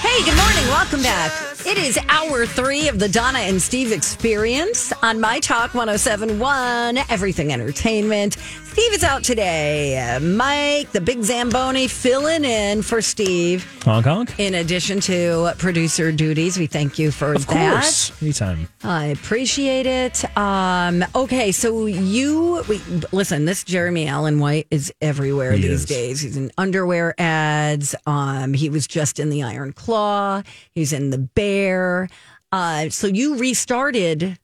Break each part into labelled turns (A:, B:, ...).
A: Hey, good morning. Welcome back. It is hour three of the Donna and Steve experience on My Talk 1071, Everything Entertainment. Steve is out today. Uh, Mike, the big Zamboni, filling in for Steve.
B: Hong Kong?
A: In addition to producer duties, we thank you for
B: Of
A: that.
B: course. Anytime.
A: I appreciate it. Um, okay, so you we, listen. This Jeremy Allen White is everywhere
B: He
A: these
B: is.
A: days. He's in underwear ads. Um, he was just in the Iron Claw. He's in the Bear. Uh, so you restarted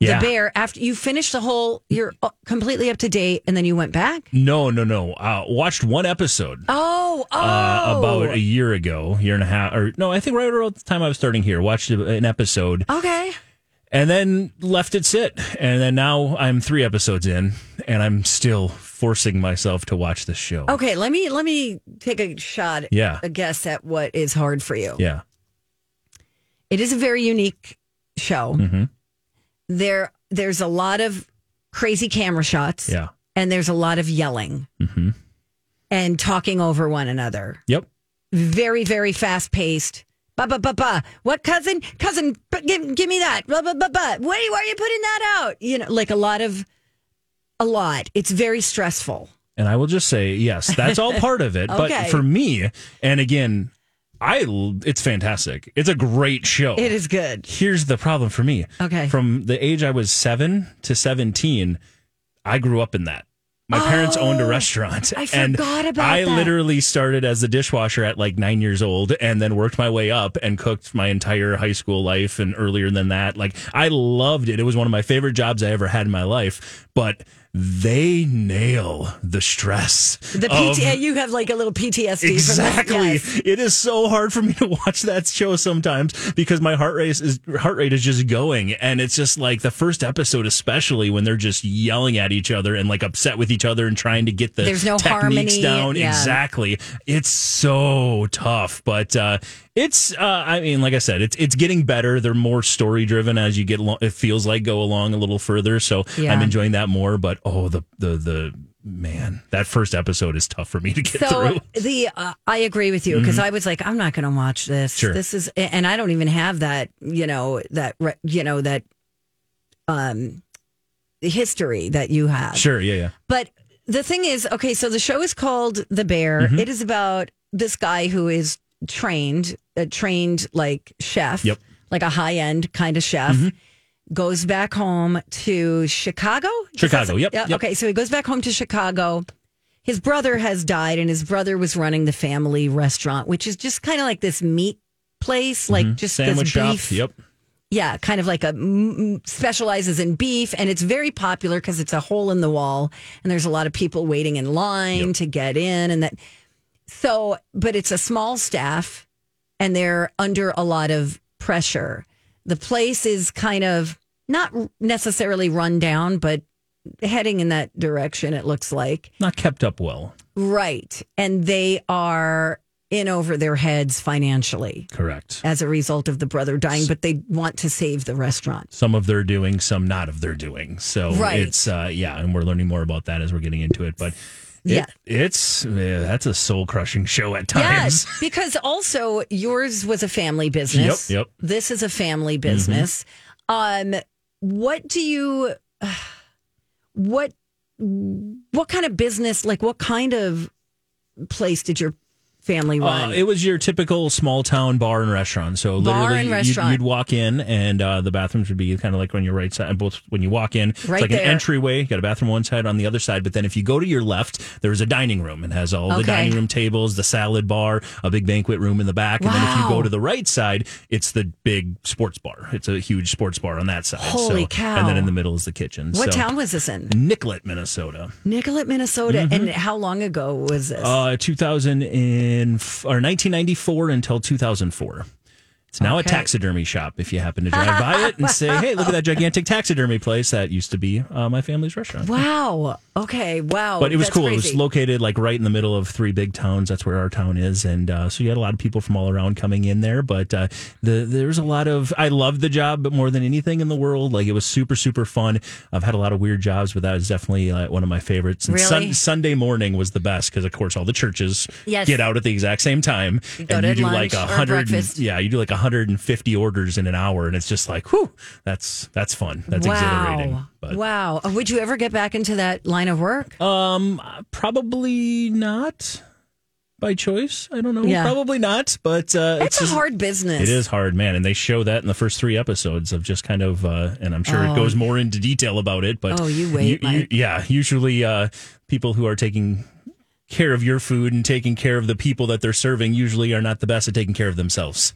B: Yeah.
A: the Bear after you finished the whole. You're uh, completely up to date, and then you went back.
B: No, no, no. Uh, watched one episode
A: Oh, oh,
B: uh, about a year ago, year and a half, or no, I think right around the time I was starting here, watched a- an episode
A: okay.
B: and then left it sit. And then now I'm three episodes in and I'm still forcing myself to watch this show.
A: Okay, let me let me take a shot.
B: Yeah.
A: a guess at what is hard for you.
B: Yeah.
A: it is a very unique show.
B: Mm-hmm.
A: There, there's a lot of crazy camera shots,
B: Yeah. Mm-hmm.
A: and there's a lot of yelling and talking over one another.
B: Yep.
A: Very, very fast paced. Ba ba ba ba. What cousin? Cousin, b- give, give me that. Ba ba ba ba. Wait, why are you putting that out? You know, like a lot of, a lot. It's very stressful.
B: And I will just say, yes, that's all part of it.
A: Okay.
B: But for me, and again, I l- it's fantastic. It's a great show.
A: It is good.
B: Here's the problem for me.
A: Okay.
B: From the age I was 7 to 17, I grew up in that. My parents owned a restaurant.
A: Oh, I
B: and
A: forgot about
B: I
A: that.
B: literally started as a dishwasher at like 9 years old and then worked my way up and cooked my entire high school life and earlier than that. Like I loved it. It was one of my favorite jobs I ever had in my life, but they nail the stress.
A: The
B: of-
A: PT, you have like a little PTSD. From
B: Exactly.
A: this. Yes.
B: It is so hard for me to watch that show sometimes because my heart rate is heart rate is just going and it's just like the first episode especially when they're just yelling at each other and like upset with each other and trying to get the
A: There's no
B: techniques
A: harmony,
B: down
A: yeah.
B: exactly. It's so tough, but uh it's uh I mean like I said it's it's getting better. They're more story driven as you get along it feels like go along a little further. So
A: Yeah.
B: I'm enjoying that more, but oh the the the Man, that first episode is tough for me to get
A: so
B: through. Mm-hmm.
A: the uh, I agree with you because I was like, I'm not going to watch this.
B: Sure.
A: This is, and I don't even have that, you know, that re- you know that, um, history that you have.
B: Sure, yeah, yeah.
A: But the thing is, okay, so the show is called The Bear.
B: Mm-hmm.
A: It is about this guy who is trained, a trained like chef,
B: Yep. Mm-hmm.
A: like a high end kind of chef. Goes back home to Chicago. Is that
B: Chicago,
A: so-
B: yep,
A: Yeah,
B: yep.
A: Okay, so he goes back home to Chicago. His brother has died, and his brother was running the family restaurant, which is just kind of like this meat place, like just
B: Mm-hmm. Sandwich
A: this
B: shop.
A: beef
B: Yep.
A: yeah, kind of like a mm, mm, specializes in beef, and it's very popular because it's a hole in the wall, and there's a lot of people waiting in line to get in, and that. So, but it's a small staff, and they're under a lot of pressure. The place is kind of not necessarily run down, but heading in that direction. It looks like
B: Not kept up well.
A: right, and they are in over their heads financially
B: Correct.
A: as a result of the brother dying, but they want to save the restaurant.
B: Some of their doing, some not of their doing. So
A: Right.
B: it's uh yeah, and we're learning more about that as we're getting into it. But it-
A: Yeah.
B: it's yeah, that's a soul crushing show at times.
A: Yes, because also yours was a family business.
B: Yep, Mm-hmm. yep.
A: This is a family business. Um, what do you, what, what kind of business, like what kind of place did your family
B: Uh,
A: run?
B: it was your typical small town bar and restaurant. So
A: Bar
B: literally,
A: and
B: you'd-
A: restaurant.
B: You'd, walk in, and uh, the bathrooms would be kind of like on your right side. Both when you walk in, it's
A: Right
B: like
A: there.
B: an entryway. You got a bathroom on one side, on the other side. But then if you go to your left, there is a dining room and has all
A: Okay.
B: the dining room tables, the salad bar, a big banquet room in the back. And then if you
A: Wow.
B: go to the right side, it's the big sports bar. It's a huge sports bar on that side.
A: Holy
B: so,
A: cow.
B: And then in the middle is the kitchen.
A: what
B: so,
A: town was this in?
B: Nicollet, Minnesota.
A: Nicollet, Minnesota. And
B: Mm-hmm.
A: how long ago was this?
B: Uh, 2000 and f- or 1994 until 2004. It's now
A: Okay.
B: a taxidermy shop if you happen to drive by it and say, hey, look at that gigantic taxidermy place that used to be uh, my family's restaurant.
A: Wow. Okay. Wow.
B: But it was
A: That's
B: cool. It was
A: crazy.
B: located like right in the middle of three big towns. That's where our town is, and uh, so you had a lot of people from all around coming in there. But uh, the there was a lot of I loved the job, but more than anything in the world, like it was super super fun. I've had a lot of weird jobs, but that was definitely uh, one of my favorites. And
A: Really?
B: Sunday morning was the best because of course all the churches
A: Yes.
B: get out at the exact same time,
A: go
B: and
A: to
B: you do
A: lunch
B: like a
A: or
B: hundred. and-
A: breakfast.
B: Yeah, you do like hundred and fifty orders in an hour, and it's just like, whew, that's that's fun. That's
A: wow.
B: exhilarating. But.
A: Wow. Uh, Would you ever get back into that line of work?
B: Um, probably not by choice. I don't know.
A: Yeah.
B: Probably not. But uh,
A: That's
B: it's just-
A: a hard business.
B: It is hard, man, and they show that in the first three episodes of just kind of, uh, and I'm sure it goes more into detail about it. But
A: Oh, you wait, Mike.
B: yeah. Usually, uh, people who are taking care of your food and taking care of the people that they're serving usually are not the best at taking care of themselves.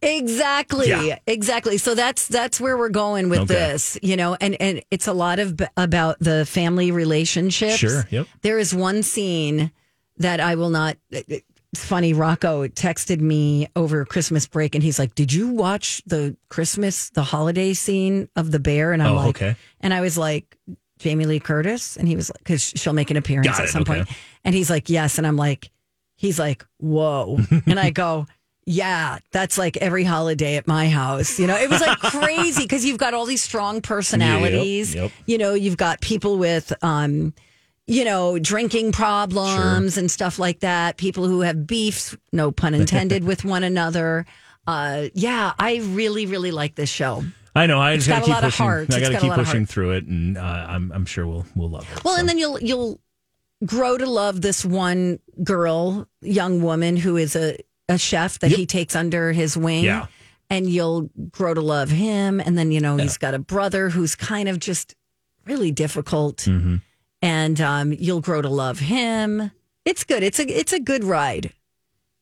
A: Exactly.
B: Yeah.
A: Exactly. So that's that's where we're going with
B: Okay.
A: this, you know, and and it's a lot of b- about the family relationships.
B: Sure, yep.
A: There is one scene that I will not it's funny Rocco texted me over Christmas break and he's like, "Did you watch the Christmas the holiday scene of the bear?" And I'm
B: Oh,
A: like,
B: okay.
A: and I was like, "Jamie Lee Curtis?" And he was like cuz she'll make an appearance
B: Got
A: at
B: it,
A: some
B: okay.
A: point. And he's like, "Yes." And I'm like, he's like, whoa. And I go, yeah, that's like every holiday at my house. You know, it was like crazy because you've got all these strong personalities.
B: Yep, yep.
A: You know, you've got people with, um, you know, drinking problems and stuff like that. People who have beefs, no pun intended, with one another. Uh, yeah, I really, really like this show.
B: I know. I just
A: got
B: gotta
A: a
B: keep
A: lot of
B: pushing.
A: heart.
B: I
A: It's
B: gotta
A: got a
B: keep
A: lot of
B: pushing
A: heart.
B: through it, and uh, I'm I'm sure we'll we'll love it.
A: Well,
B: so.
A: and then you'll you'll grow to love this one girl, young woman who is a, a chef that he takes under his wing.
B: Yeah.
A: And you'll grow to love him. And then, you know, he's got a brother who's kind of just really difficult.
B: Hmm. mm-hmm.
A: And um, you'll grow to love him. It's good. It's a it's a good ride.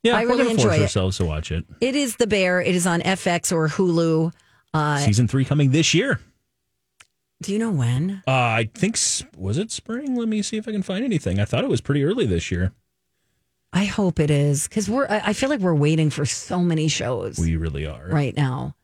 B: yeah,
A: I
B: we're
A: really
B: gonna force
A: enjoy it.
B: ourselves to watch it.
A: It is the bear. It is on FX or Hulu. Uh,
B: Season three coming this year.
A: do you know when?
B: Uh, I think s- was it spring. Let me see if I can find anything. I thought it was pretty early this year.
A: I hope it is because we're. I I feel like we're waiting for so many shows.
B: We really are.
A: right now.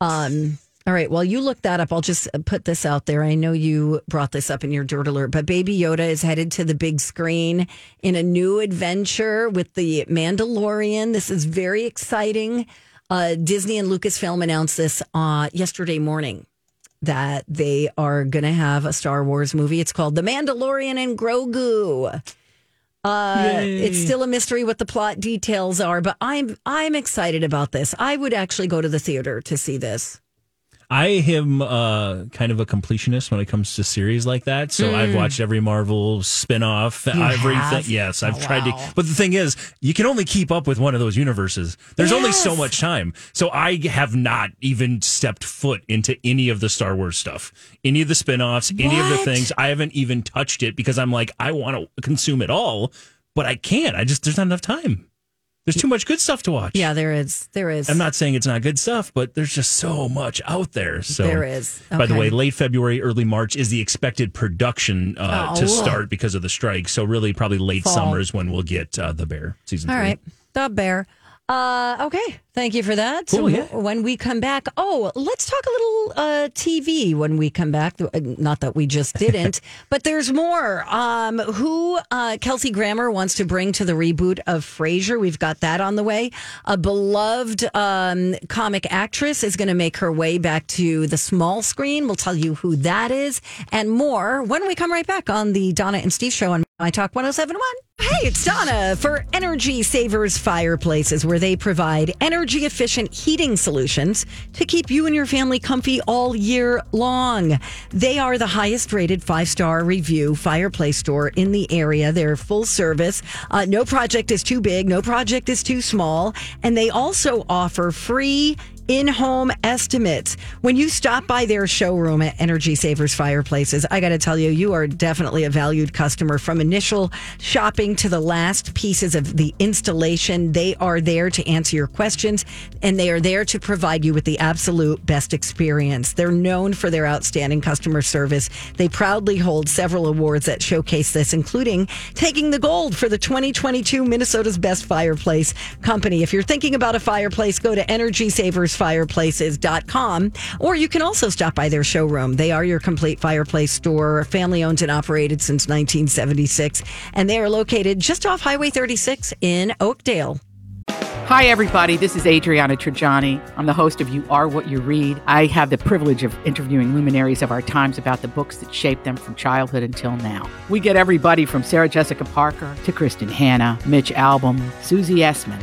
A: Um, all right. Well, you look that up. I'll just put this out there. I know you brought this up in your dirt alert, but Baby Yoda is headed to the big screen in a new adventure with the Mandalorian. This is very exciting. Uh, Disney and Lucasfilm announced this uh, yesterday morning that they are going to have a Star Wars movie. It's called The Mandalorian and Grogu. Uh, it's still a mystery what the plot details are, but I'm I'm excited about this. I would actually go to the theater to see this.
B: I am uh, kind of a completionist when it comes to series like that. So I've watched every Marvel spin-off, everything.
A: Hmm. have?
B: Yes,
A: Oh,
B: I've tried
A: wow.
B: to. But the thing is, you can only keep up with one of those universes. There's only so
A: Yes.
B: much time. So I have not even stepped foot into any of the Star Wars stuff, any of the spin-offs, any of the
A: What?
B: things. I haven't even touched it because I'm like, I want to consume it all, but I can't. I just there's not enough time. There's too much good stuff to watch.
A: Yeah, there is. There is.
B: I'm not saying it's not good stuff, but there's just so much out there. So
A: There is.
B: By the
A: Okay.
B: way, late February, early March is the expected production uh,
A: Oh.
B: to start because of the strike. So really, probably late
A: Fall.
B: summer is when we'll get uh, the bear season.
A: All
B: three.
A: right. The bear. Uh, okay. Thank you for that. so
B: Cool, yeah.
A: w- when we come back, oh, let's talk a little uh, TV when we come back. Uh, Not that we just didn't, but there's more. Um, who uh, Kelsey Grammer wants to bring to the reboot of Frasier? We've got that on the way. A beloved um, comic actress is going to make her way back to the small screen. We'll tell you who that is and more when we come right back on the Donna and Steve show on My Talk 1071. Hey, it's Donna for Energy Savers Fireplaces, where they provide energy efficient heating solutions to keep you and your family comfy all year long. They are the highest rated five star review fireplace store in the area. They're full service. Uh, no project is too big, no project is too small. And they also offer free in home estimates. When you stop by their showroom at Energy Savers Fireplaces, I got to tell you, you are definitely a valued customer from initial shopping to the last pieces of the installation. They are there to answer your questions and they are there to provide you with the absolute best experience. They're known for their outstanding customer service. They proudly hold several awards that showcase this, including taking the gold for the 2022 Minnesota's Best Fireplace Company. If you're thinking about a fireplace, go to energysaversfireplaces.com or you can also stop by their showroom. They are your complete fireplace store, family owned and operated since 1976, and they are located just off Highway 36 in Oakdale.
C: Hi, everybody. This is Adriana Trajani. I'm the host of You Are What You Read. I have the privilege of interviewing luminaries of our times about the books that shaped them from childhood until now. We get everybody from Sarah Jessica Parker to Kristen Hanna, Mitch Albom, Susie Essman,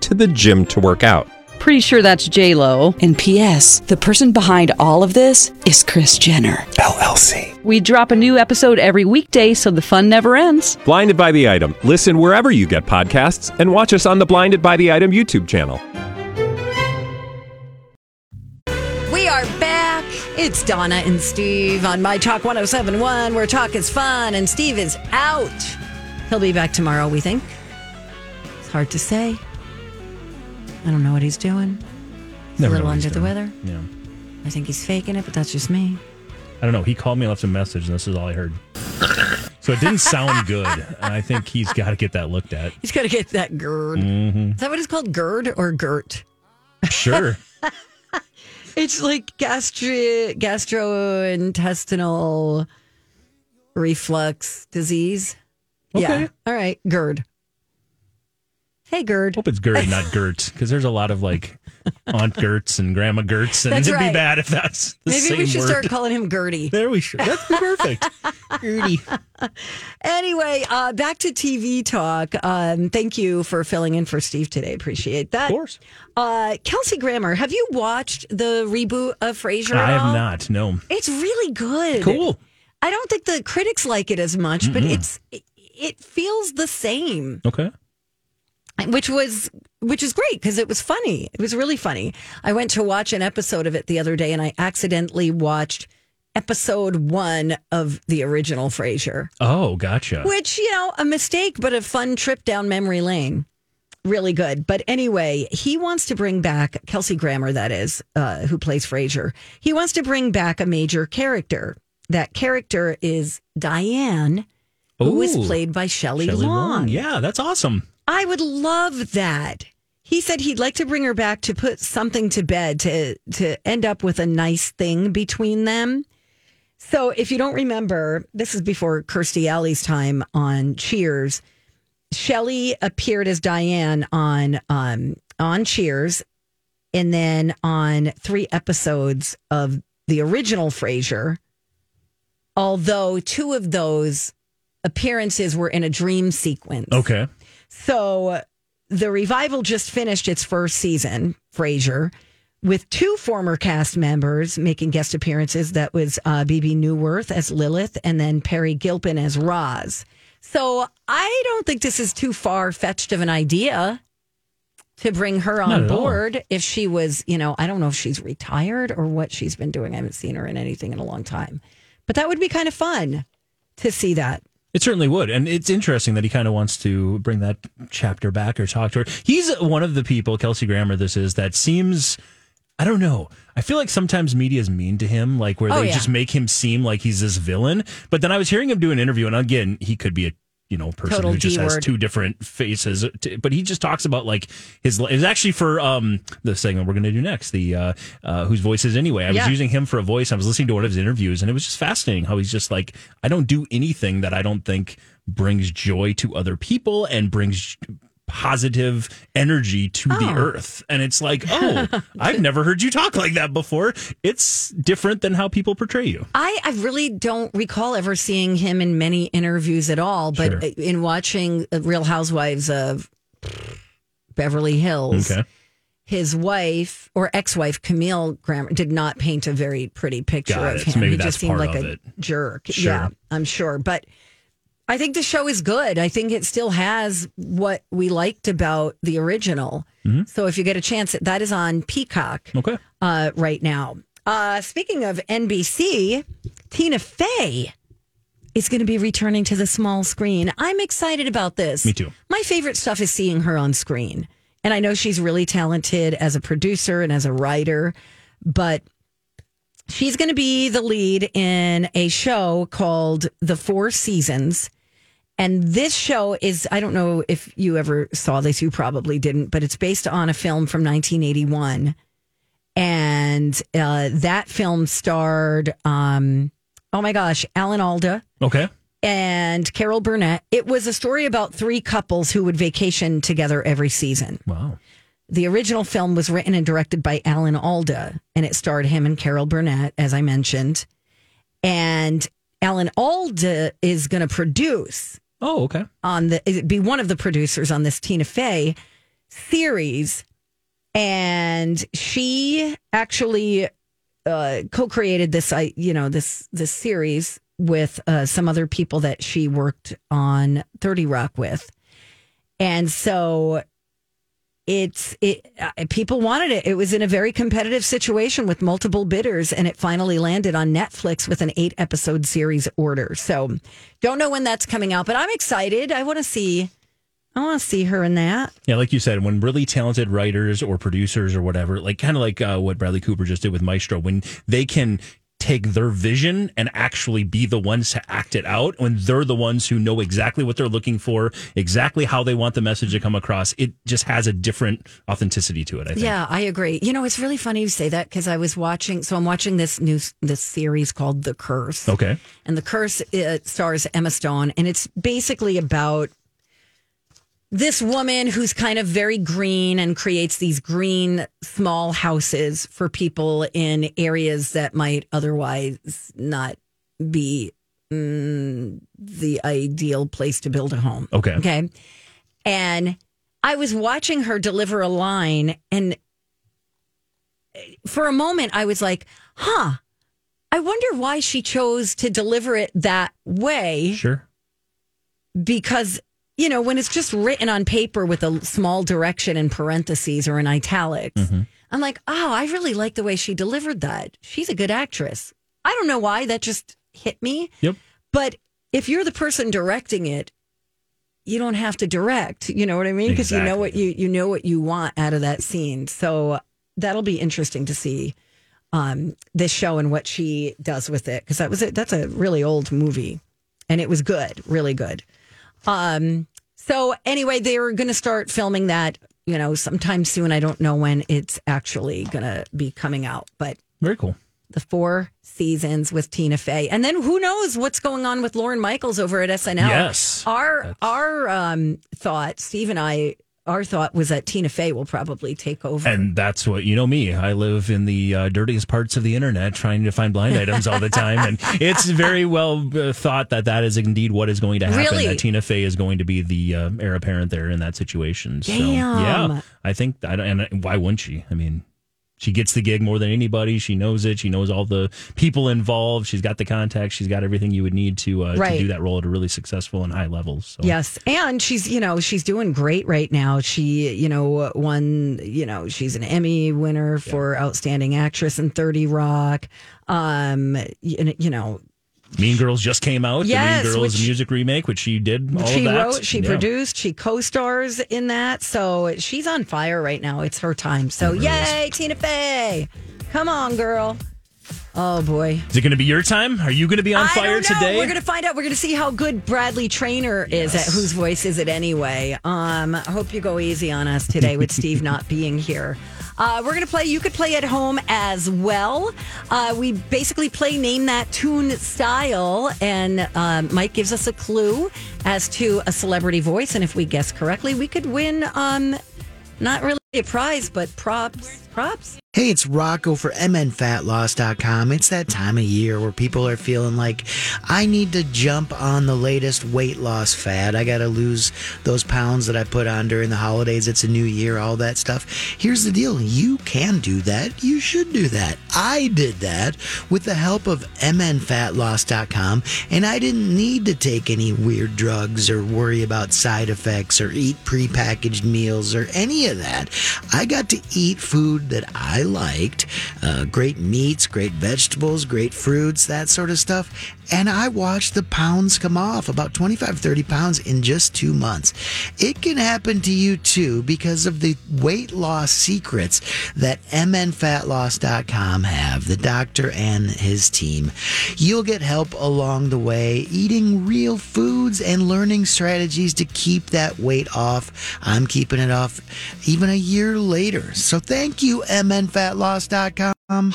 D: to the gym to work out.
E: Pretty sure that's J Lo.
F: And P.S. The person behind all of this is Chris Jenner
D: LLC.
E: We drop a new episode every weekday, so the fun never ends.
D: Blinded by the item. Listen wherever you get podcasts, and watch us on the Blinded by the Item YouTube channel.
A: We are back. It's Donna and Steve on My Talk 1071, where talk is fun and Steve is out. He'll be back tomorrow, we think. It's hard to say. I don't know what he's doing. He's
B: Never
A: a little
B: know what he's
A: under the
B: doing.
A: weather.
B: Yeah.
A: I think he's faking it, but that's just me.
B: I don't know. He called me and left a message, and this is all I heard. So it didn't sound good. And I think he's got to get that looked at.
A: He's got to get that GERD. Is that what it's called? GERD or GERT?
B: Sure.
A: It's like gastri- gastrointestinal reflux disease. Yeah.
B: Okay.
A: All right. GERD. Hey, GERD.
B: Hope it's Gert, not Gert, because there's a lot of like Aunt Gertz and Grandma Gertz, and
A: That's
B: it'd
A: right.
B: be bad if that's the
A: Maybe
B: same
A: we should
B: word.
A: start calling him Gertie.
B: there we should. That's perfect. Gertie.
A: Anyway, uh, back to TV talk. Um, thank you for filling in for Steve today. Appreciate that.
B: Of course.
A: Uh, Kelsey Grammer, have you watched the reboot of Frasier?
B: I
A: at all?
B: have not. No.
A: It's really good.
B: Cool.
A: I don't think the critics like it as much, but it's it, it feels the same,
B: Okay.
A: which was which is great because it was funny. It was really funny. I went to watch an episode of it the other day, and I accidentally watched episode one of the original Frasier,
B: Oh, gotcha.
A: which you know a mistake, but a fun trip down memory lane. Really good. But anyway, he wants to bring back Kelsey Grammer, that is, uh, who plays Frasier. He wants to bring back a major character. That character is Diane who was
B: Ooh,
A: played by Shelley,
B: Shelley
A: Long.
B: Yeah, that's awesome.
A: I would love that. He said he'd like to bring her back to put something to bed to to end up with a nice thing between them. So if you don't remember, this is before Kirstie Alley's time on Cheers. Shelley appeared as Diane on um, on Cheers, and then on three episodes of the original Frasier. Although two of those appearances were in a dream sequence.
B: Okay.
A: So the revival just finished its first season, Frasier, with two former cast members making guest appearances. That was uh, BB Newworth as Lilith and then Perry Gilpin as Roz. So I don't think this is too far fetched of an idea to bring her
B: Not
A: on
B: at all.
A: board if she was, you know, I don't know if she's retired or what she's been doing. I haven't seen her in anything in a long time. But that would be kind of fun to see that.
B: It certainly would. And it's interesting that he kind of wants to bring that chapter back or talk to her. He's one of the people, Kelsey Grammer, this is, that seems, I don't know. I feel like sometimes media is mean to him, like where
A: Oh,
B: they
A: yeah.
B: just make him seem like he's this villain. But then I was hearing him do an interview, and again, he could be a you know, person
A: Total
B: who just has
A: D-word.
B: two different faces, t- but he just talks about like his. li- It was actually for um the segment we're going to do next, the uh, uh whose voice is anyway. I was
A: Yeah.
B: using him for a voice. I was listening to one of his interviews, and it was just fascinating how he's just like, I don't do anything that I don't think brings joy to other people and brings positive energy to the
A: Oh.
B: earth. And it's like, oh, I've never heard you talk like that before. It's different than how people portray you.
A: I, I really don't recall ever seeing him in many interviews at all, but uh,
B: Sure.
A: in watching uh, Real Housewives of Beverly Hills,
B: Okay.
A: his wife or ex-wife Camille Grammer did not paint a very pretty picture
B: Got
A: of
B: it. So
A: him.
B: maybe
A: he
B: that's
A: just seemed
B: part
A: like
B: of
A: a
B: it.
A: jerk.
B: Sure.
A: Yeah, I'm sure. But I think the show is good. I think it still has what we liked about the original.
B: Mm-hmm.
A: So if you get a chance, that is on Peacock
B: Okay.
A: uh, right now. Uh, speaking of NBC, Tina Fey is going to be returning to the small screen. I'm excited about this.
B: Me too.
A: My favorite stuff is seeing her on screen. And I know she's really talented as a producer and as a writer, but she's going to be the lead in a show called The Four Seasons. And this show is, I don't know if you ever saw this, you probably didn't, but it's based on a film from 1981 and uh, that film starred um, oh my gosh alan alda
B: Okay.
A: and carol burnett it was a story about three couples who would vacation together every season
B: Wow.
A: the original film was written and directed by alan alda and it starred him and carol burnett as i mentioned and alan alda is going to produce
B: Oh, okay.
A: on the it'd be one of the producers on this Tina Fey series, and she actually uh, co-created this. I you know this this series with uh, some other people that she worked on Thirty Rock with, and so it's it uh, people wanted it it was in a very competitive situation with multiple bidders and it finally landed on netflix with an eight episode series order so don't know when that's coming out but i'm excited i want to see i want to see her in that
B: Yeah, like you said, when really talented writers or producers or whatever, like kind of like uh, what Bradley Cooper just did with Maestro, when they can take their vision and actually be the ones to act it out, when they're the ones who know exactly what they're looking for, exactly how they want the message to come across, it just has a different authenticity to it. I think.
A: yeah i agree you know it's really funny you say that because i was watching so i'm watching this new this series called the curse
B: Okay.
A: and the curse it stars Emma Stone, and it's basically about this woman who's kind of very green and creates these green small houses for people in areas that might otherwise not be mm, the ideal place to build a home.
B: Okay.
A: Okay. And I was watching her deliver a line, and for a moment, I was like, huh, I wonder why she chose to deliver it that way.
B: Sure.
A: Because, you know, when it's just written on paper with a small direction in parentheses or in italics, I'm like, oh, I really like the way she delivered that. She's a good actress. I don't know why that just hit me.
B: Yep.
A: But if you're the person directing it, you don't have to direct. You know what I mean? Because you know what you you know what you want out of that scene. So that'll be interesting to see um, this show and what she does with it. Because that was a, that's a really old movie, and it was good, really good. Um, so anyway, they're going to start filming that. You know, sometime soon. I don't know when it's actually going to be coming out, but
B: Very cool.
A: the four seasons with Tina Fey, and then who knows what's going on with Lauren Michaels over at SNL.
B: Yes.
A: our our um, thought, Steve and I, our thought was that Tina Fey will probably take over.
B: And that's what you know me. I live in the uh, dirtiest parts of the internet, trying to find blind items all the time, and it's very well uh, thought that that is indeed what is going to happen.
A: Really?
B: That Tina Fey is going to be the uh, heir apparent there in that situation. So,
A: Damn.
B: yeah, I think. I don't, and why wouldn't she? I mean. She gets the gig more than anybody. She knows it. She knows all the people involved. She's got the contacts. She's got everything you would need to uh, to
A: Right.
B: do that role at a really successful and high level. So
A: Yes, and she's you know she's doing great right now. She you know won you know she's an Emmy winner for outstanding actress in Thirty Rock. Um, you, you know
B: Mean Girls just came out.
A: Yes,
B: the Mean Girls
A: which-
B: music remake, which she did. All
A: she
B: of that.
A: wrote, she
B: Yeah.
A: produced, she co-stars in that. So she's on fire right now. It's her time. So yay, Tina Fey! Come on, girl. Oh boy.
B: Is it going to be your time? Are you going to be on
A: I
B: fire
A: don't know.
B: today?
A: We're gonna find out. We're gonna see how good Bradley Trainer is at whose voice is it anyway. Um, I hope you go easy on us today with Steve not being here. Uh, we're going to play. You could play at home as well. Uh, we basically play name that tune style, and um, Mike gives us a clue as to a celebrity voice. And if we guess correctly, we could win um, not really a prize, but props. Props.
G: Hey, it's Rocco for MNFatLoss.com. It's that time of year where people are feeling like, I need to jump on the latest weight loss fad. I got to lose those pounds that I put on during the holidays. It's a new year, all that stuff. Here's the deal you can do that. You should do that. I did that with the help of MNFatLoss.com, and I didn't need to take any weird drugs or worry about side effects or eat prepackaged meals or any of that. I got to eat food that I liked uh, great meats, great vegetables, great fruits, that sort of stuff. And I watched the pounds come off about 25, 30 pounds in just two months. It can happen to you too because of the weight loss secrets that MNFatLoss.com have, the doctor and his team. You'll get help along the way eating real foods and learning strategies to keep that weight off. I'm keeping it off even a year later. So thank you, MNFatLoss.com.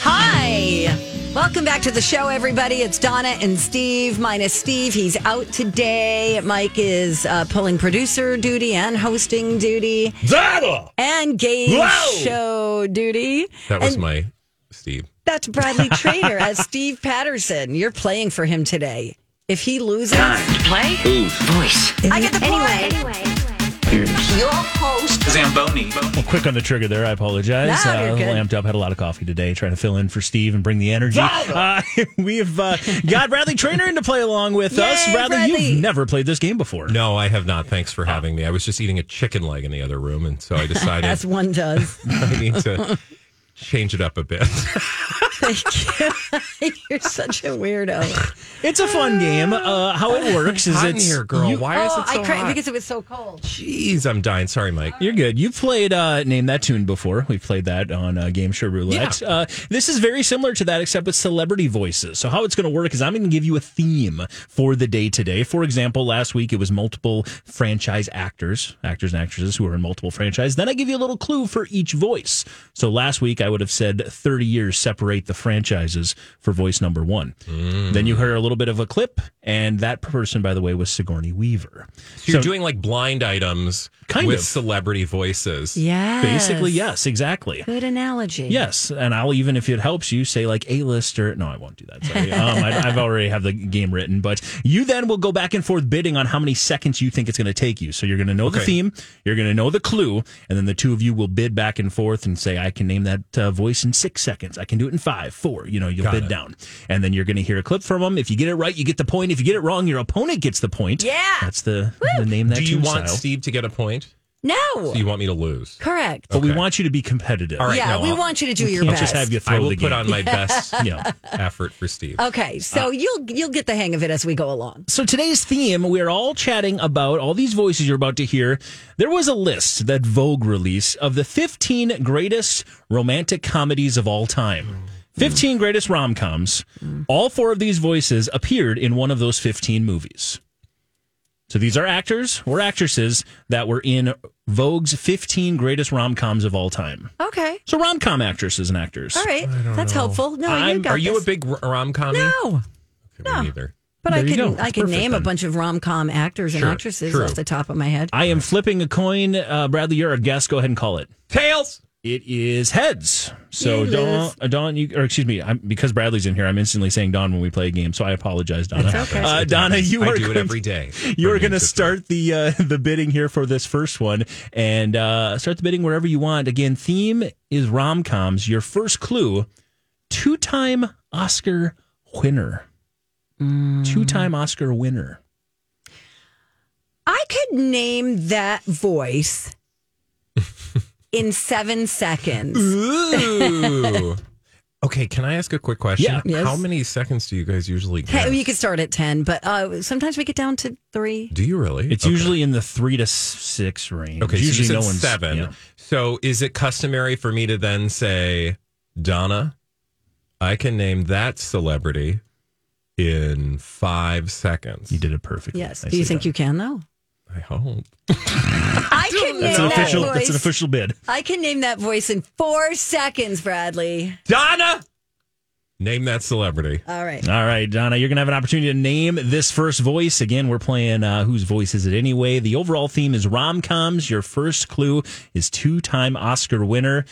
A: Hi. Welcome back to the show, everybody. It's Donna and Steve, minus Steve. He's out today. Mike is uh, pulling producer duty and hosting duty
B: Donna!
A: and game
B: Whoa!
A: show duty.
D: That was
A: And-
D: my Steve.
A: That's Bradley Trainer as Steve Patterson. You're playing for him today. If he loses, I
H: Play? Voice.
A: get the point. Anyway,
H: Your host.
I: Zamboni.
B: Well, quick on the trigger there. I apologize.
A: No, you're
B: uh,
A: good.
B: lamped up. Had a lot of coffee today, trying to fill in for Steve and bring the energy. Uh, we've uh, got Bradley Trainer in to play along with us.
A: Yay,
B: Bradley,
A: Bradley.
B: you've never played this game before.
D: No, I have not. Thanks for having me. I was just eating a chicken leg in the other room, and so I
A: as
D: decided
A: one does.
D: I need to change it up a bit.
A: Thank you. You're such a weirdo.
B: It's a fun game. Uh, how it works is
D: Hot in
B: it's
D: here, girl.
B: you-
D: Why is
A: oh,
D: it so
A: I cried
D: hot?
A: because it was so cold.
D: Jeez, I'm dying. Sorry, Mike.
B: You're good. You've played uh, Name That Tune before. We've played that on uh, Game Show Roulette. Uh, this is very similar to that, except with celebrity voices. So, how it's going to work is I'm going to give you a theme for the day today. For example, last week it was multiple franchise actors, actors and actresses who are in multiple franchises. Then I give you a little clue for each voice. So, last week I would have said 30 years separate the franchises for voice number one. Then you heard a little bit of a clip, and that person, by the way, was Sigourney Weaver.
D: So you're doing like blind items
B: Kind
D: with
B: of.
D: celebrity voices.
A: Yeah.
B: Basically, yes, exactly.
A: Good analogy.
B: Yes, and I'll even if it helps you say like a list or no, I won't do that. Sorry, um, I, I've already have the game written, but you then will go back and forth bidding on how many seconds you think it's going to take you. So you're going to know the
D: Okay.
B: theme, you're going to know the clue, and then the two of you will bid back and forth and say, I can name that uh, voice in six seconds, I can do it in five, four. You know, you'll bid down, and then you're going to hear a clip from them. If you get it right, you get the point. If you get it wrong, your opponent gets the point.
A: Yeah.
B: that's the, the name that
D: Do you
B: tune
D: want
B: style.
D: Steve to get a point?
A: No.
D: Do you want me to lose?
A: Correct.
B: but we
D: Okay.
B: want you to be competitive.
D: All right,
A: yeah,
D: no,
A: we
D: I'll-
A: want you to do your
B: I'll
A: best.
B: just have you throw
D: I will
B: the
D: put
B: game.
D: on my best
B: yeah.
D: effort for Steve.
A: Okay,
B: Uh,
A: so you'll you'll get the hang of it as we go along.
B: So today's theme, we're all chatting about all these voices you're about to hear. There was a list that Vogue released of the 15 greatest romantic comedies of all time. 15 greatest rom coms. All four of these voices appeared in one of those 15 movies. So these are actors or actresses that were in Vogue's 15 greatest rom coms of all time.
A: Okay.
B: So rom com actresses and actors.
A: All right. That's helpful. No, you
B: I'm-
A: got
D: Are you
A: this.
D: a big rom com?
A: No.
D: no. Neither.
A: But I
B: There you
A: can
B: go.
A: I
B: It's
A: can
B: perfect
A: name a
B: then.
A: bunch of rom com actors and
D: Sure,
A: actresses
D: true.
A: off the top of my head.
B: I am flipping a coin. Uh, Bradley, you're a guest. Go ahead and call it.
D: Tails.
B: It is heads. So
A: You
B: Don,
A: lose.
B: uh, Don, you or excuse me, I'm, because Bradley's in here, I'm instantly saying Don when we play a game. So I apologize, Donna. Uh, Donna, you
D: I
B: are
D: do
B: going,
D: it every day.
B: You are
D: From
B: going to
D: noon
B: start the uh, the bidding here for this first one, and uh, start the bidding wherever you want. Again, theme is rom coms. Your first clue: two time Oscar winner,
A: Mm.
B: two time Oscar winner.
A: I could name that voice in seven seconds.
D: Ooh. okay, can I ask a quick question?
B: Yeah.
A: Yes.
D: How many seconds do you guys usually get?
A: Hey, you could start at ten, but uh, sometimes we get down to three.
D: do you really?
B: It's
D: Okay.
B: usually in the three to s- six range.
D: okay.
B: usually
D: so you
B: no
D: said
B: one's
D: seven.
B: yeah.
D: So is it customary for me to then say, Donna, I can name that celebrity in five seconds?
B: You did it perfectly.
A: Yes.
B: I
A: Do you
B: see
A: think
B: that.
A: you can though?
D: I hope.
A: I can name
B: That's an
A: that
B: official.
A: voice.
B: That's an official bid.
A: I can name that voice in four seconds, Bradley.
D: Donna! Name that celebrity.
A: All right.
B: All right, Donna, you're going to have an opportunity to name this first voice. Again, we're playing uh, Whose Voice Is It Anyway? The overall theme is rom coms. Your first clue is two time Oscar winner.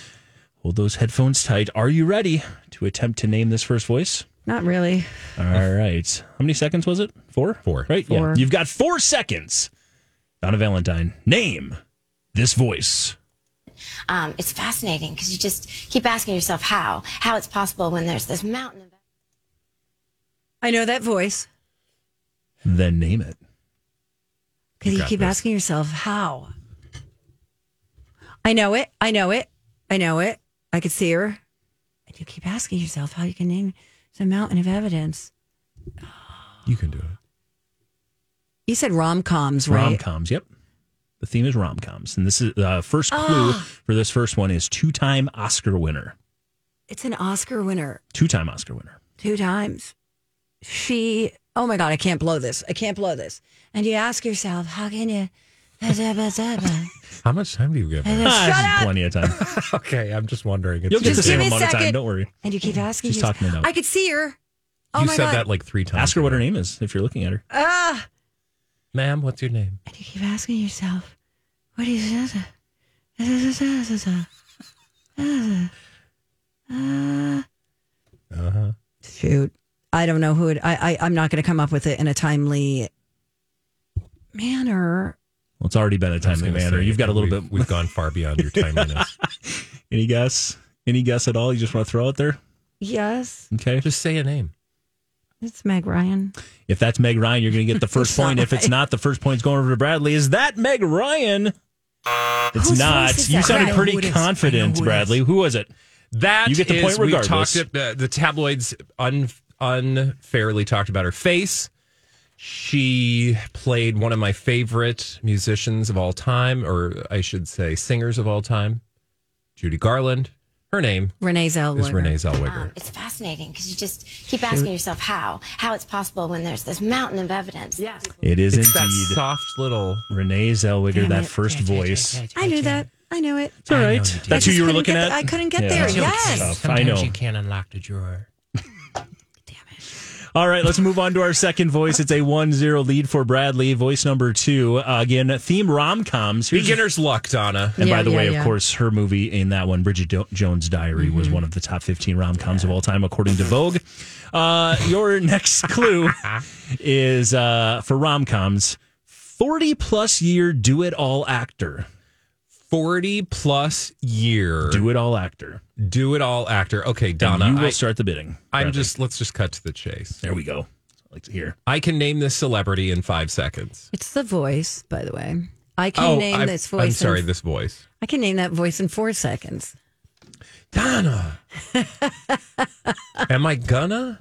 B: Hold those headphones tight. Are you ready to attempt to name this first voice?
A: Not really.
B: All right. How many seconds was it? Four?
D: Four.
B: Right?
A: Four.
B: Yeah. You've got four seconds. Donna Valentine, name this voice.
I: Um, it's fascinating because you just keep asking yourself how, how it's possible when there's this mountain. Of-
A: I know that voice.
B: Then name it.
A: Because you, keep asking yourself, how? I know it. I know it. I know it. I could see her. And you keep asking yourself how you can name the mountain of evidence.
D: You can do it.
A: You said rom coms, right?
B: Rom coms. Yep. The theme is rom coms, and this is the uh, first
A: Ah.
B: clue for this first one is two time Oscar winner,
A: It's an Oscar winner
B: two time Oscar winner.
A: two times. She, oh my God, I can't blow this. I can't blow this. And you ask yourself, how can you? Shut
D: How much time do you give? her?
B: Ah,
A: up.
B: plenty of time.
D: okay, I'm just wondering. It's
B: You'll get
A: Just
B: the same
A: give me a
B: amount of time.
A: second.
B: Don't worry.
A: And you keep asking
B: She's
A: yourself,
B: talking it out.
A: I could see her. Oh
D: you
A: my
D: said
A: God.
D: that like three times.
B: Ask her what her name is if you're looking at her.
A: ah.
D: Ma'am, what's your name?
A: And you keep asking yourself, what is this? Uh, shoot. I don't know who it, I, I, I'm not going to come up with it in a timely manner.
B: Well, it's already been a
D: I was
B: timely
D: gonna
B: manner.
D: say,
B: You've got a little
D: we've-
B: bit.
D: We've gone far beyond your timeliness.
B: Any guess? Any guess at all? You just want to throw it there?
A: Yes,
B: Okay.
D: just say a name.
A: it's Meg Ryan.
B: If that's Meg Ryan, you're going to get the first
A: It's not
B: point. If it's
A: right.
B: not, the first point's going over to Bradley. Is that Meg Ryan? It's
A: Whose
B: not.
A: voice is
B: You
A: that?
B: sounded
A: Right.
B: pretty
A: Who it is.
G: I know
B: confident,
G: who it
B: Bradley. Who was it?
J: That
B: You get the
J: is-
B: point
J: we've
B: regardless.
J: talked ab- uh, the, the tabloids un, unfairly talked about her face. She played one of my favorite musicians of all time, or I should say, singers of all time, Judy Garland. Her name
A: Renee
J: is
A: Zellweger.
J: Renee Zellweger.
I: um,
A: Ah.
I: it's fascinating because you just keep asking yourself how, how it's possible when there's this mountain of evidence. Yes.
B: It is
J: It's that
B: indeed
J: soft little.
B: Renee Zellweger,
A: Damn
B: that
A: it.
B: first voice.
A: I knew that. I knew it.
B: It's all right. That's
A: I
B: who
A: just
B: you were
A: couldn't
B: looking
A: get
B: at.
A: the- I couldn't get there. Yes.
B: Tough. I know.
J: can't unlock the drawer.
B: All right, let's move on to our second voice. It's a 1-0 lead for Bradley. Voice number two. Uh, again, theme rom coms.
J: Beginner's luck, Donna.
B: And
A: Yeah,
B: by the
A: yeah,
B: way,
A: yeah. Mm-hmm.
B: of course, her movie in that one, Bridget Do- Jones' Diary, was one of the top 15 rom coms of all time, according to Vogue. Uh, your next clue is uh, for rom coms 40 plus year do it all actor.
J: 40 plus year. Do,
B: Do it all actor.
J: it all actor. Okay,
B: Donna,
J: Donna.
B: and you will
J: I,
B: start the bidding.
J: I'm
B: Bradley.
J: just, let's just cut to the chase.
B: There we go. That's what I like to hear.
J: I can name this celebrity in five seconds. Oh,
A: It's the voice, by the way. I can name
J: I'm,
A: this voice.
J: I'm sorry,
A: In,
J: this voice.
A: I can name that voice in four seconds.
J: Donna. Am I gonna?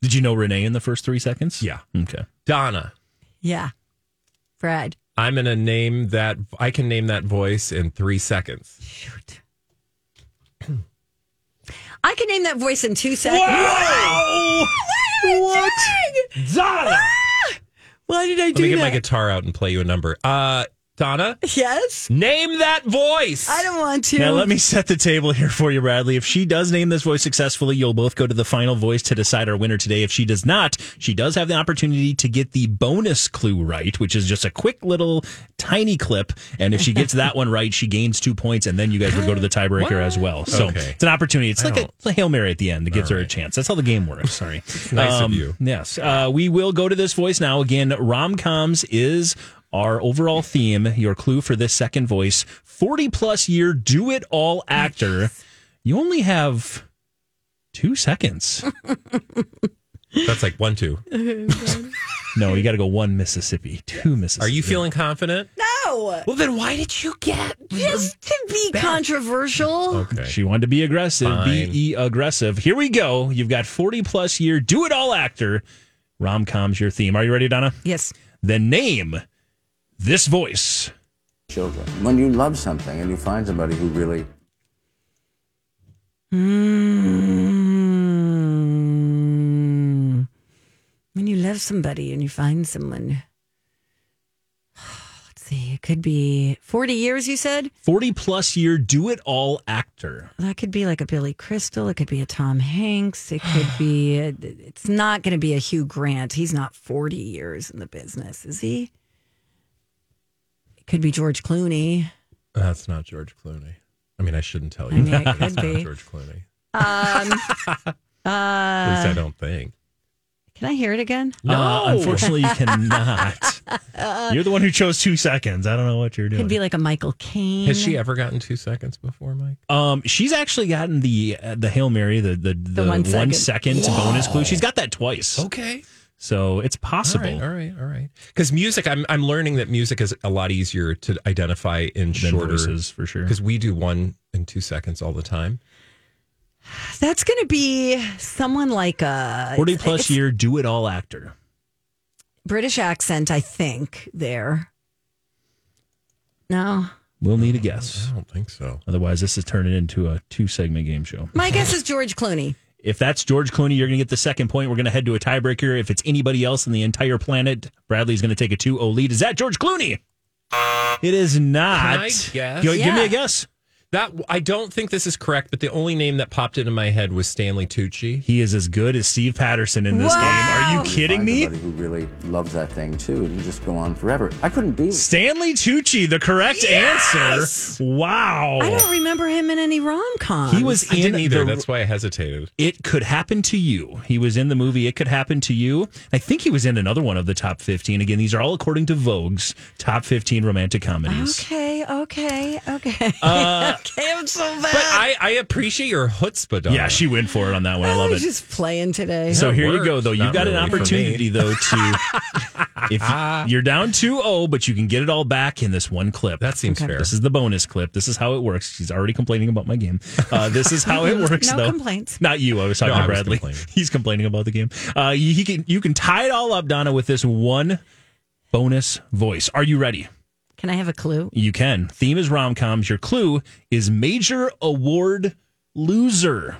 B: Did you know Renee in the first three seconds?
J: Yeah.
B: Okay.
J: Donna.
A: Yeah. Brad.
J: I'm gonna name that. I can name that voice in three seconds.
A: Shoot. I can name that voice in two seconds. What?
B: Donna!
A: Why did I
J: Let me
A: do
J: get my
A: that?
J: guitar out and play you a number. Uh, Donna,
A: yes.
J: name that voice.
A: I don't want to.
B: Now, let me set the table here for you, Bradley. If she does name this voice successfully, you'll both go to the final voice to decide our winner today. If she does not, she does have the opportunity to get the bonus clue right, which is just a quick little tiny clip. And if she gets that one right, she gains two points, and then you guys would go to the tiebreaker as well. So
J: Okay.
B: it's an opportunity. It's
J: I
B: like a,
J: don't-
B: it's a Hail Mary at the end that gives her a chance. That's how the game works. Sorry.
J: nice of you.
B: Um, Yes. Uh, we will go to this voice now. Again, rom coms is our overall theme. Your clue for this second voice 40 plus year do it all actor. You only have two seconds.
J: That's like one, two.
B: No, you got to go one Mississippi, two
J: Are
B: Mississippi.
J: you feeling confident?
A: No.
J: Well, then why did you get?
A: Just to be controversial.
J: Okay.
B: She wanted to be aggressive.
J: Fine.
B: Be aggressive. Here we go. You've got 40 plus year do it all actor. Rom com's your theme. Are you ready, Donna?
A: Yes.
B: Then name this voice.
K: children. When you love something and you find somebody who really
A: Mm. When you love somebody and you find someone see. It could be 40 years, you said?
B: 40 plus year do it all actor.
A: That could be like a Billy Crystal. It could be a Tom Hanks. It could be, a, it's not going to be a Hugh Grant. He's not 40 years in the business, is he? It could be George Clooney.
J: That's not George Clooney. I mean, I shouldn't tell
A: I
J: you.
A: mean,
J: that,
A: it
J: but it's
A: could
J: not
A: be.
J: George Clooney.
A: Um,
J: At least I
A: uh,
J: don't think.
A: can I hear it again?
B: Uh, unfortunately, you cannot. You're the one who chose two seconds. I don't know what you're
A: It
B: doing.
A: could be like a Michael Caine.
J: Has she ever gotten two seconds before, Mike?
B: Um, she's actually gotten the uh, the hail mary, the the, the,
A: one
B: one
A: second.
B: second, bonus clue. She's got that twice,
J: Okay.
B: so it's
J: Oh. All
B: possible.
J: right, all right, all right. Because music, I'm I'm learning that music is a lot easier to identify in shorter
B: voices, for sure.
J: Because we do one and two seconds all the time.
A: That's going to be someone like a
B: Forty plus year do it all actor.
A: British accent, I think, there. No.
B: We'll need a guess.
J: I don't think so.
B: Otherwise, this is turning into a two segment game show.
A: My guess is George Clooney.
B: If that's George Clooney, you're going to get the second point. We're going to head to a tiebreaker. If it's anybody else in the entire planet, Bradley's going to take a 2 0 lead. Is that George Clooney? It is not.
J: Can I guess?
B: Yo, Give me
A: Yeah.
B: a guess.
J: That I don't think this is correct, but the only name that popped into my head was Stanley Tucci.
B: He is as good as Steve Patterson in this
A: Wow.
B: game. Are you kidding
K: find
B: me?
K: Somebody who really loves that thing too, and just go on forever. I couldn't be.
B: Stanley Tucci, the correct answer. Wow.
J: Oh.
A: I don't remember him in any rom com.
B: He was
J: I
B: in
J: didn't either.
B: the-
J: That's why I hesitated.
B: It Could Happen to You. He was in the movie It Could Happen to You. I think he was in another one of the top 15. Again, these are all according to Vogue's top 15 romantic comedies.
A: Okay, okay, okay. okay, I'm so bad.
J: Uh, But
B: Ah!
J: I, I appreciate your chutzpah, Donna.
B: Yeah, she went for it on that one. I love
A: was
B: it.
A: just playing today.
B: So
J: That
B: here you go,
J: works.
B: though. You've
J: Not
B: got an
J: really for me. Ah.
B: opportunity, though, to. if you- you're down 2 0, but you can get it all back in this one clip.
J: That seems fair.
B: This is the bonus clip. This is how it works. She's already complaining about my game. Uh, this is how it works,
A: No
B: though.
A: complaints.
B: Not you. I was talking
J: No,
B: to
J: I was
B: Bradley.
J: complaining.
B: He's complaining about the game. Uh, you, he can, you can tie it all up, Donna, with this one bonus voice. Are you ready?
A: Can I have a clue?
B: You can. Theme is rom coms. Your clue is major award loser.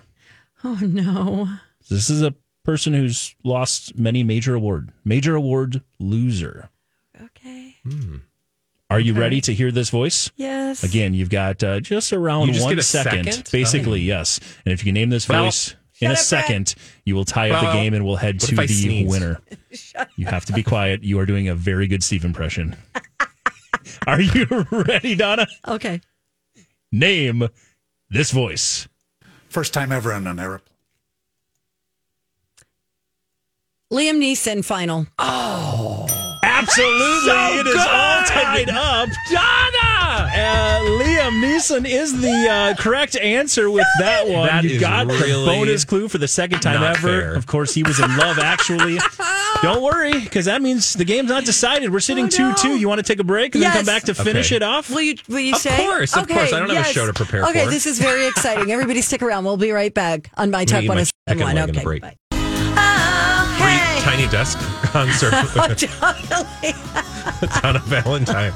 A: Oh no.
B: This is a person who's lost many major award, major award loser.
A: Okay.
B: Are you ready to hear this voice?
A: Yes.
B: Again, you've got uh, just around
J: You just
B: one
J: get a
B: second,
J: second? Oh.
B: basically, yes. And if you can name this
J: Well,
B: voice in
A: shut
B: a
A: up, Brett.
B: second, you will tie up
J: Well,
B: the game and we'll head
J: what
B: to
J: if I
B: the
J: sneeze?
B: winner. You have to be quiet. You are doing a very good Steve impression. are you ready, Donna?
A: Okay.
B: Name this voice.
L: First time ever on an airplane.
A: Liam Neeson final.
B: Absolutely.
A: Oh,
B: it is all tied up. Donna! Uh, Liam Neeson is the uh, correct answer with that one.
J: That
B: you
J: is
B: got the
J: really
B: bonus clue for the second time
J: not
B: ever.
J: fair.
B: Of course, he was in love, actually. Don't worry, because that means the game's not decided. We're sitting 2
A: Oh, no.
B: 2. You want to take a break and
A: Yes.
B: then come back to finish
J: Okay.
B: it off?
A: Will you will you
J: Of
A: say?
J: course, of course. I don't have a show to prepare
A: okay,
J: for.
A: this is very exciting. Everybody stick around. We'll be right back on my talk
J: get my
A: one oh
J: second
A: one.
J: leg in
A: Okay.
J: the break.
A: bye.
J: Free
A: Oh, hey.
J: tiny desk concert
A: Oh,
J: with
A: totally.
J: Donna Valentine.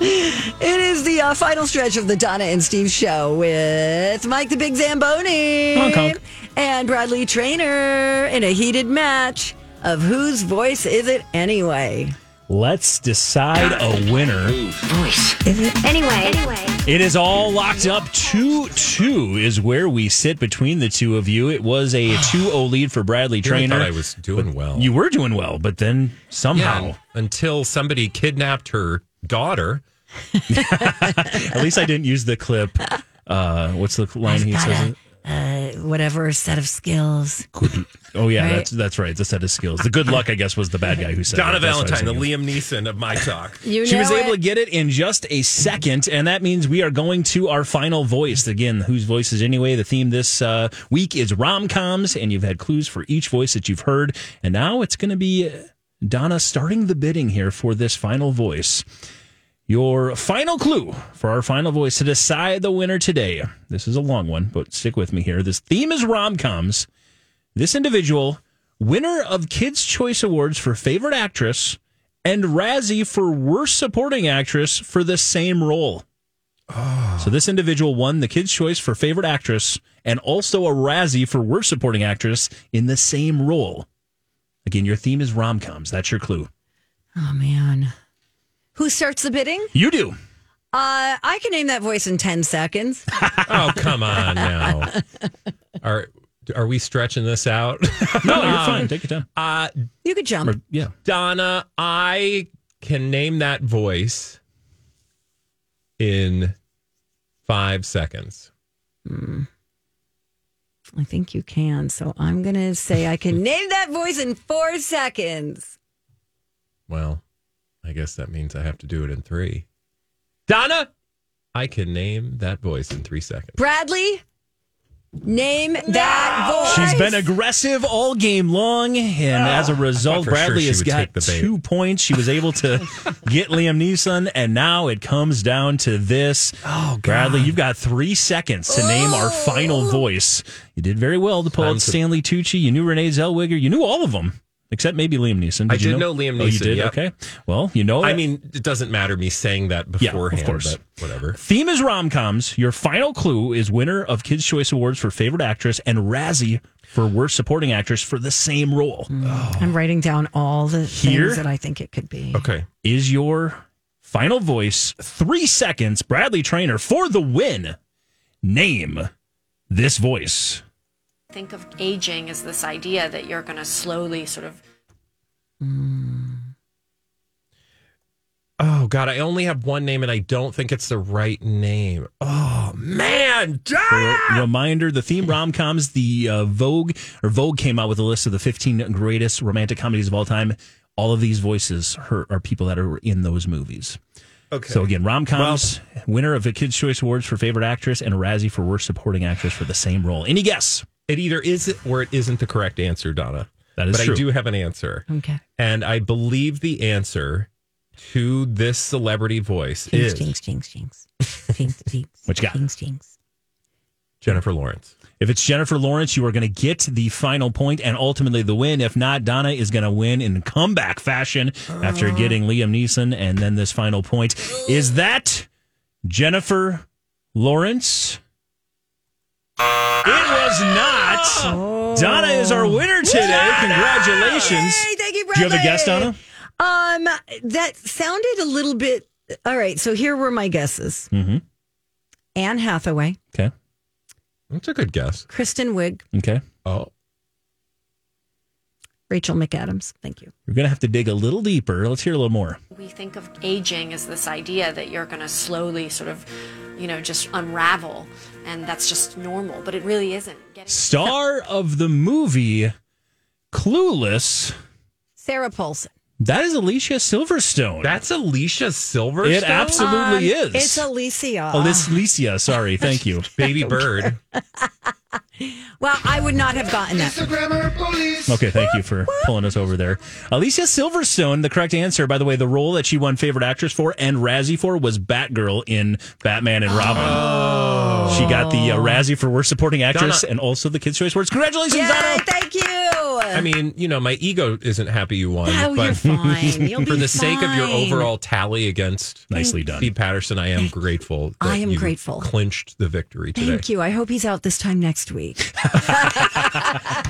A: It is the uh, final stretch of the Donna and Steve show with Mike the Big Zamboni
B: Honk, honk.
A: and Bradley Trainer in a heated match of whose voice is it anyway?
B: Let's decide a winner.
H: Voice.
I: Anyway, anyway.
B: It is all locked up. 2 2 is where we sit between the two of you. It was a 2 0 lead for Bradley
J: Trainer.
B: Trainer.
J: thought I was doing well.
B: You were doing well, but then
J: yeah,
B: somehow,
J: until somebody kidnapped her daughter.
B: at least I didn't use the clip. Uh, what's the line he says?
A: Uh, whatever set of skills.
B: Oh yeah,
A: Right.
B: that's that's right. The set of skills. The good luck, I guess, was the bad guy who said
J: Donna
B: that. That's what I was
J: Valentine, the
B: thinking.
J: Liam Neeson of my talk.
A: You
B: She
A: know
B: was
A: it.
B: able to get it in just a second, and that means we are going to our final voice. Again, whose voice is anyway? The theme this uh, week is rom coms, and you've had clues for each voice that you've heard. And now it's going to be uh, Donna starting the bidding here for this final voice. Your final clue for our final voice to decide the winner today. This is a long one, but stick with me here. This theme is rom coms. This individual, winner of Kids' Choice Awards for Favorite Actress and Razzie for Worst Supporting Actress for the same role. So this individual won the Kids' Choice for Favorite Actress and also a Razzie for Worst Supporting Actress in the same role. Again, your theme is rom coms. That's your clue.
A: Oh man. Who starts the bidding?
B: You do.
A: Uh, I can name that voice in 10 seconds.
J: Oh, come on now. Are are we stretching this out?
B: No, you're fine. Take your time.
J: Uh,
A: you could jump.
B: yeah.
J: Donna, I can name that voice in five seconds.
A: I think you can. So I'm going to say I can name that voice in four seconds.
J: Well, I guess that means I have to do it in three. Donna, I can name that voice in three seconds.
A: Bradley, name that voice.
B: She's been aggressive all game long, and as a result,
J: Ah, for sure
B: Bradley
J: she
B: has
J: would
B: got
J: take the bait.
B: two points. She was able to get Liam Neeson, and now it comes down to this. Oh, Bradley, you've got three seconds to name our final voice. You did very well to pull
J: Oh. Time
B: out
J: to-
B: Stanley Tucci. You knew Renee Zellweger. You knew all of them. Except maybe Liam Neeson.
J: I
B: you
J: did know Liam
B: Oh, you
J: Neeson,
B: did.
J: yep.
B: Okay. Well, you know.
J: I
B: it.
J: mean, it doesn't matter me saying that
B: Oh, Yeah, of
J: beforehand,
B: course.
J: but whatever.
B: Theme is rom coms. Your final clue is winner of Kids' Choice Awards for Favorite Actress and Razzie for Worst Supporting Actress for the same role.
J: Mm.
A: I'm writing down all the
B: Here?
A: things that I think it could be.
J: Okay.
B: Is your final voice three seconds, Bradley Trainer, for the win? Name this voice.
M: Think of aging as this idea that you're going to slowly sort of.
J: Oh God, I only have one name, and I don't think it's the right name. Oh man,
B: For
J: Donna!
B: a reminder, the theme rom coms, the uh, Vogue or Vogue came out with a list of the 15 greatest romantic comedies of all time. All of these voices are, are people that are in those movies.
J: Okay.
B: So again, rom coms, winner of the Kids' Choice Awards for Favorite Actress and a Razzie for Worst Supporting Actress for the same role. Any guess?
J: it either is or it isn't the correct answer, Donna.
B: That is
J: but
B: true.
J: I do have an answer,
A: Okay.
J: and I believe the answer to this celebrity voice
A: Jinx,
J: is
A: jinx, jinx, jinx. Jinx, jinx.
B: What you got?
A: Jinx, jinx.
J: Jennifer Lawrence.
B: If it's Jennifer Lawrence, you are going to get the final point and ultimately the win. If not, Donna is going to win in comeback fashion after
A: Ah.
B: getting Liam Neeson and then this final point. Is that Jennifer Lawrence? It was not. Donna is our winner today. Congratulations.
A: Oh. Yay, thank you,
B: Do you have a guess,
A: Bradley.
B: Donna?
A: Um, that sounded a little bit. All right, so here were my guesses:
B: Mm-hmm.
A: Anne Hathaway,
B: Okay.
J: That's a good guess.
A: Kristen Wiig,
B: Okay.
J: Oh,
A: Rachel McAdams. Thank you.
B: You're going to have to dig a little deeper. Let's hear a little more.
M: We think of aging as this idea that you're going to slowly sort of, you know, just unravel. And that's just normal, but it really isn't. Getting-
B: Star of the movie Clueless.
A: Sarah Paulson.
B: That is Alicia Silverstone.
J: that's Alicia Silverstone.
B: It absolutely
A: Um,
B: is.
A: It's Alicia.
B: Oh, this Alicia. Sorry. Thank you.
J: Baby Bird.
A: well, I would not have gotten that.
B: Okay, thank you for pulling us over there. Alicia Silverstone, the correct answer, by the way, the role that she won favorite actress for and Razzie for was Batgirl in Batman and Robin. She got the uh, Razzie for worst supporting actress
J: Oh. Donna-
B: and also the Kids' Choice Awards. Congratulations,
A: Yay,
B: Donna!
A: thank you.
J: I mean, you know, my ego isn't happy you won,
A: oh,
J: but
A: you're fine. You'll be
J: for the sake of your
A: fine.
J: overall tally against
B: Nicely done.
J: Steve Patterson, I am grateful. that
A: I am
J: you
A: grateful.
J: Clinched the victory today.
A: Thank you. I hope he's out this time next week.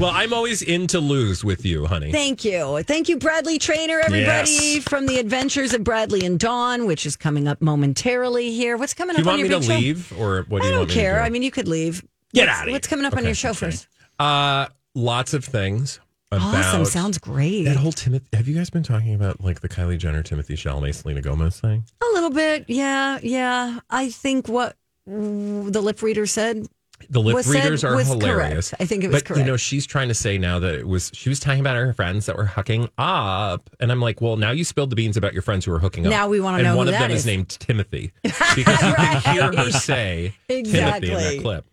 J: Well, I'm always in to lose with you, honey.
A: Thank you. Thank you, Bradley Trainer, everybody,
B: Yes.
A: from the adventures of Bradley and Dawn, which is coming up momentarily here. What's coming
J: do
A: up
J: you want
A: on
J: me
A: your
J: to
A: big show?
J: leave, or what
A: I
J: do you
A: don't
J: want
A: care. I
J: me
A: mean, you could leave.
B: Get
A: What's-
B: outta here.
A: What's coming up on
J: Okay,
A: your show
J: okay.
A: first?
J: to? Uh, lots of things. About
A: Awesome. Sounds great.
J: That whole Timothy. Have you guys been talking about like the Kylie Jenner, Timothy Chalamet, Selena Gomez thing?
A: A little bit. Yeah. Yeah. I think what mm, the lip reader said.
J: The lip
A: Was said-
J: readers are
A: was
J: hilarious.
A: correct. I think it was
J: but,
A: correct.
J: You know, she's trying to say now that it was. She was talking about her friends that were hooking up, and I'm like, well, now you spilled the beans about your friends who were hooking up.
A: Now we wanna
J: And
A: know who
J: one of
A: that
J: them
A: is.
J: named Timothy because you can hear her
A: Right.
J: say Timothy in
A: Exactly.
J: that clip.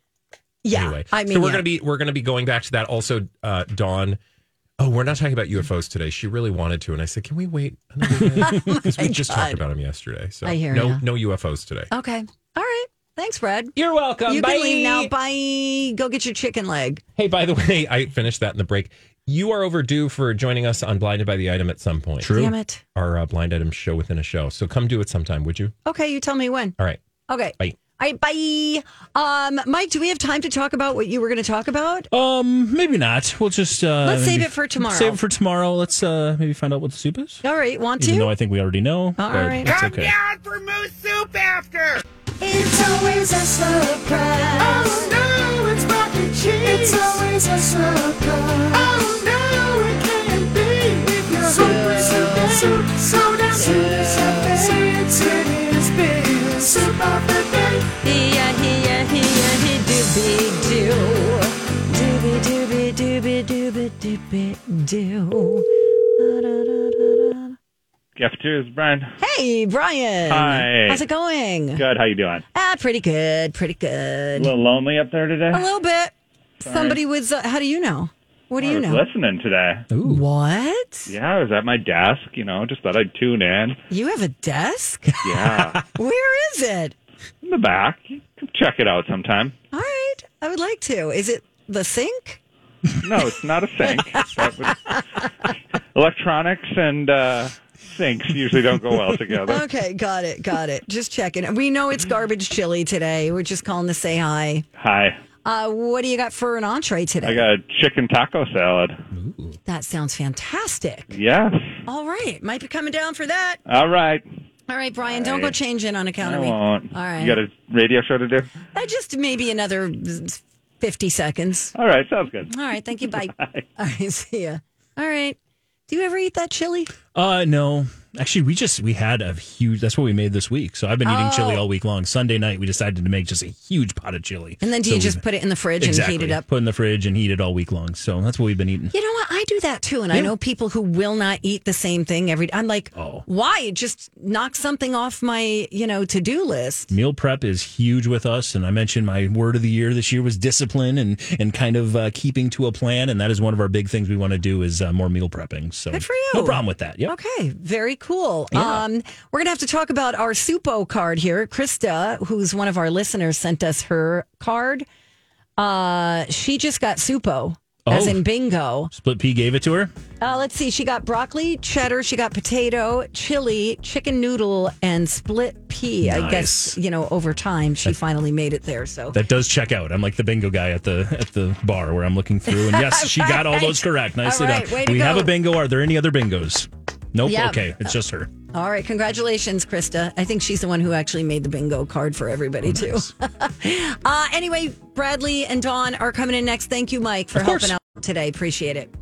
A: Yeah.
J: anyway.
A: I mean,
J: so we're
A: yeah.
J: gonna be we're gonna be going back to that. Also, uh, Dawn. Oh, we're not talking about UFOs today. She really wanted to, and I said, "Can we wait?" Because we just talked about them yesterday. So
A: Oh I hear
J: no
A: ya.
J: no UFOs today.
A: Okay. All right. Thanks, Brad.
B: You're welcome.
A: you can leave now. Bye. Go get your chicken leg.
J: Hey, by the way, I finished that in the break. You are overdue for joining us on Blinded by the Item at some point.
B: True.
A: Damn it.
J: Our uh, blind item show within a show. So come do it sometime, would you?
A: Okay. You tell me when.
J: All right.
A: Okay.
J: Bye.
A: All right, bye. Um, Mike, do we have time to talk about what you were going to talk about?
B: Um, maybe not. We'll just uh,
A: Let's save
B: maybe-
A: it for tomorrow.
B: Save it for tomorrow. Let's uh, maybe find out what the soup is.
A: All right, want
B: Even
A: to?
B: though I think we already know.
A: Uh, All
B: but
A: right.
B: it's
A: Come
B: okay.
H: for moose soup after.
N: It's always a surprise. Oh no, it's mac and cheese. It's always a surprise. Oh no, it can't be. If you're hungry, soup, soup, so down soup, soup, soup, soup, it is big. Soup of the day.
A: Yeah, yeah, yeah, yeah, doobie doo. Doobie doobie doobie doobie doobie doo.
O: Cafeteria is Brian.
A: Hey, Brian.
O: Hi.
A: How's it going?
O: Good. How you doing?
A: Ah, pretty good. Pretty
O: A
A: good.
O: little lonely up there today.
A: A little bit.
O: Sorry. Uh,
A: Somebody was. Uh, how do you know? What do
O: I
A: you
O: was
A: know?
O: listening today.
A: What?
O: Yeah, I was at my desk. You know, just thought I'd tune in.
A: You have a desk?
O: Yeah,
A: Where is it?
O: in the back. Check it out sometime.
A: All right. I would like to. Is it the sink?
O: No, it's not a sink. That would- Electronics and uh, sinks usually don't go well together.
A: Okay, got it, got it. Just checking. We know it's garbage chili today. We're just calling to say hi.
O: Hi.
A: Uh, what do you got for an entree today?
O: I got a chicken taco salad.
A: That sounds fantastic.
O: Yes.
A: All right, might be coming down for that.
O: All right.
A: All right, Brian, don't
O: All
A: go
O: right.
A: change in on account
O: I
A: of me.
O: won't.
A: All right,
O: You got a radio show to do?
A: Uh, just maybe another fifty seconds.
O: All right. Sounds good.
A: All right, thank you. Bye. All right, see ya. All right, do you ever eat that chili?
B: Uh, no. Actually, we just we had a huge. That's what we made this week. So I've been eating chili
A: Oh.
B: all week long. Sunday night, we decided to make just a huge pot of chili.
A: And then do
B: So
A: you just
B: we've-
A: put it in the fridge
B: exactly.
A: and heat it up?
B: Put in the fridge and heat it all week long. So that's what we've been eating.
A: You know what? I do that too, and I
B: Yeah.
A: know people who will not eat the same thing every. I'm like,
B: Oh.
A: why? Just knock something off my you know to do list.
B: Meal prep is huge with us, and I mentioned my word of the year this year was discipline and and kind of uh, keeping to a plan, and that is one of our big things we want to do is uh, more meal prepping. So
A: Good for you.
B: No problem with that. Yep.
A: Okay. Very cool. Um, we're gonna have to talk about our Supo card here. Krista, who's one of our listeners, sent us her card. Uh, she just got Supo, as
B: Oh.
A: in bingo.
B: Split Pea gave it to her.
A: Uh, let's see. She got broccoli, cheddar. She got potato, chili, chicken noodle, and split pea. I guess you know over time she finally made it there. So
B: That does check out. I'm like the bingo guy at the at the bar where I'm looking through, and yes, she got all those correct. Nicely
A: All right, way to
B: done. We have
A: go.
B: a bingo. Are there any other bingos? Nope.
A: Yeah.
B: Okay, it's just her.
A: All right, congratulations, Krista. I think she's the one who actually made the bingo card for everybody too. uh, anyway, Bradley and Dawn are coming in next. Thank you, Mike, for helping out today. Appreciate it.